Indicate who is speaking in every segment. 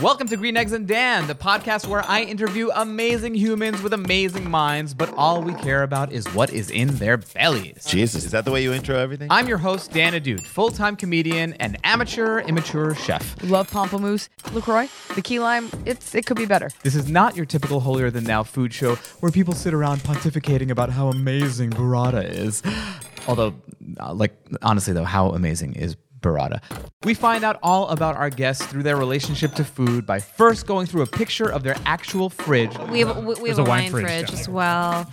Speaker 1: Welcome to Green Eggs and Dan, the podcast where I interview amazing humans with amazing minds, but all we care about is what is in their bellies.
Speaker 2: Jesus, is that the way you intro everything?
Speaker 1: I'm your host, Dan Adude, full time comedian and amateur, immature chef.
Speaker 3: Love Pomplamoose, LaCroix, the key lime. It's it could be better.
Speaker 1: This is not your typical holier than thou food show where people sit around pontificating about how amazing burrata is. Although, uh, like, honestly, though, how amazing is burrata? We find out all about our guests through their relationship to food by first going through a picture of their actual fridge.
Speaker 4: We have, we, we
Speaker 5: There's
Speaker 4: have
Speaker 5: a
Speaker 4: a
Speaker 5: wine
Speaker 4: wine,
Speaker 5: fridge
Speaker 4: fridge
Speaker 5: down
Speaker 4: as well.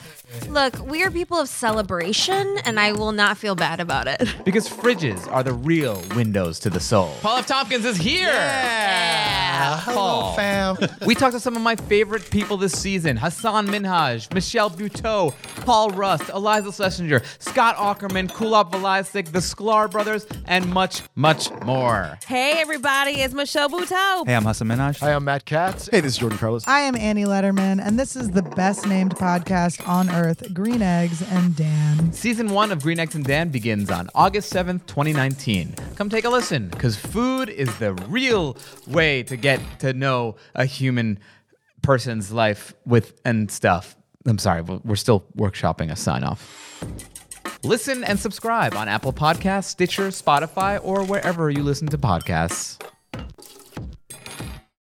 Speaker 4: Look, we are people of celebration, and I will not feel bad about it.
Speaker 1: Because fridges are the real windows to the soul. Paul F. Tompkins is here! Yeah! Paul.
Speaker 2: fam.
Speaker 1: We talked to some of my favorite people this season Hassan Minhaj, Michelle Buteau, Paul Rust, Eliza Schlesinger, Scott Ackerman, Kulop Velasic, the Sklar brothers, and much, much more.
Speaker 4: Hey, everybody, it's Michelle Buteau.
Speaker 6: Hey, I'm Hassan Minaj.
Speaker 7: Hi, I'm Matt Katz.
Speaker 2: Hey, this is Jordan Carlos.
Speaker 8: I am Annie Letterman, and this is the best named podcast on earth Green Eggs and Dan.
Speaker 1: Season one of Green Eggs and Dan begins on August 7th, 2019. Come take a listen, because food is the real way to get to know a human person's life with and stuff. I'm sorry, we're we're still workshopping a sign off. Listen and subscribe on Apple Podcasts, Stitcher, Spotify, or wherever you listen to podcasts.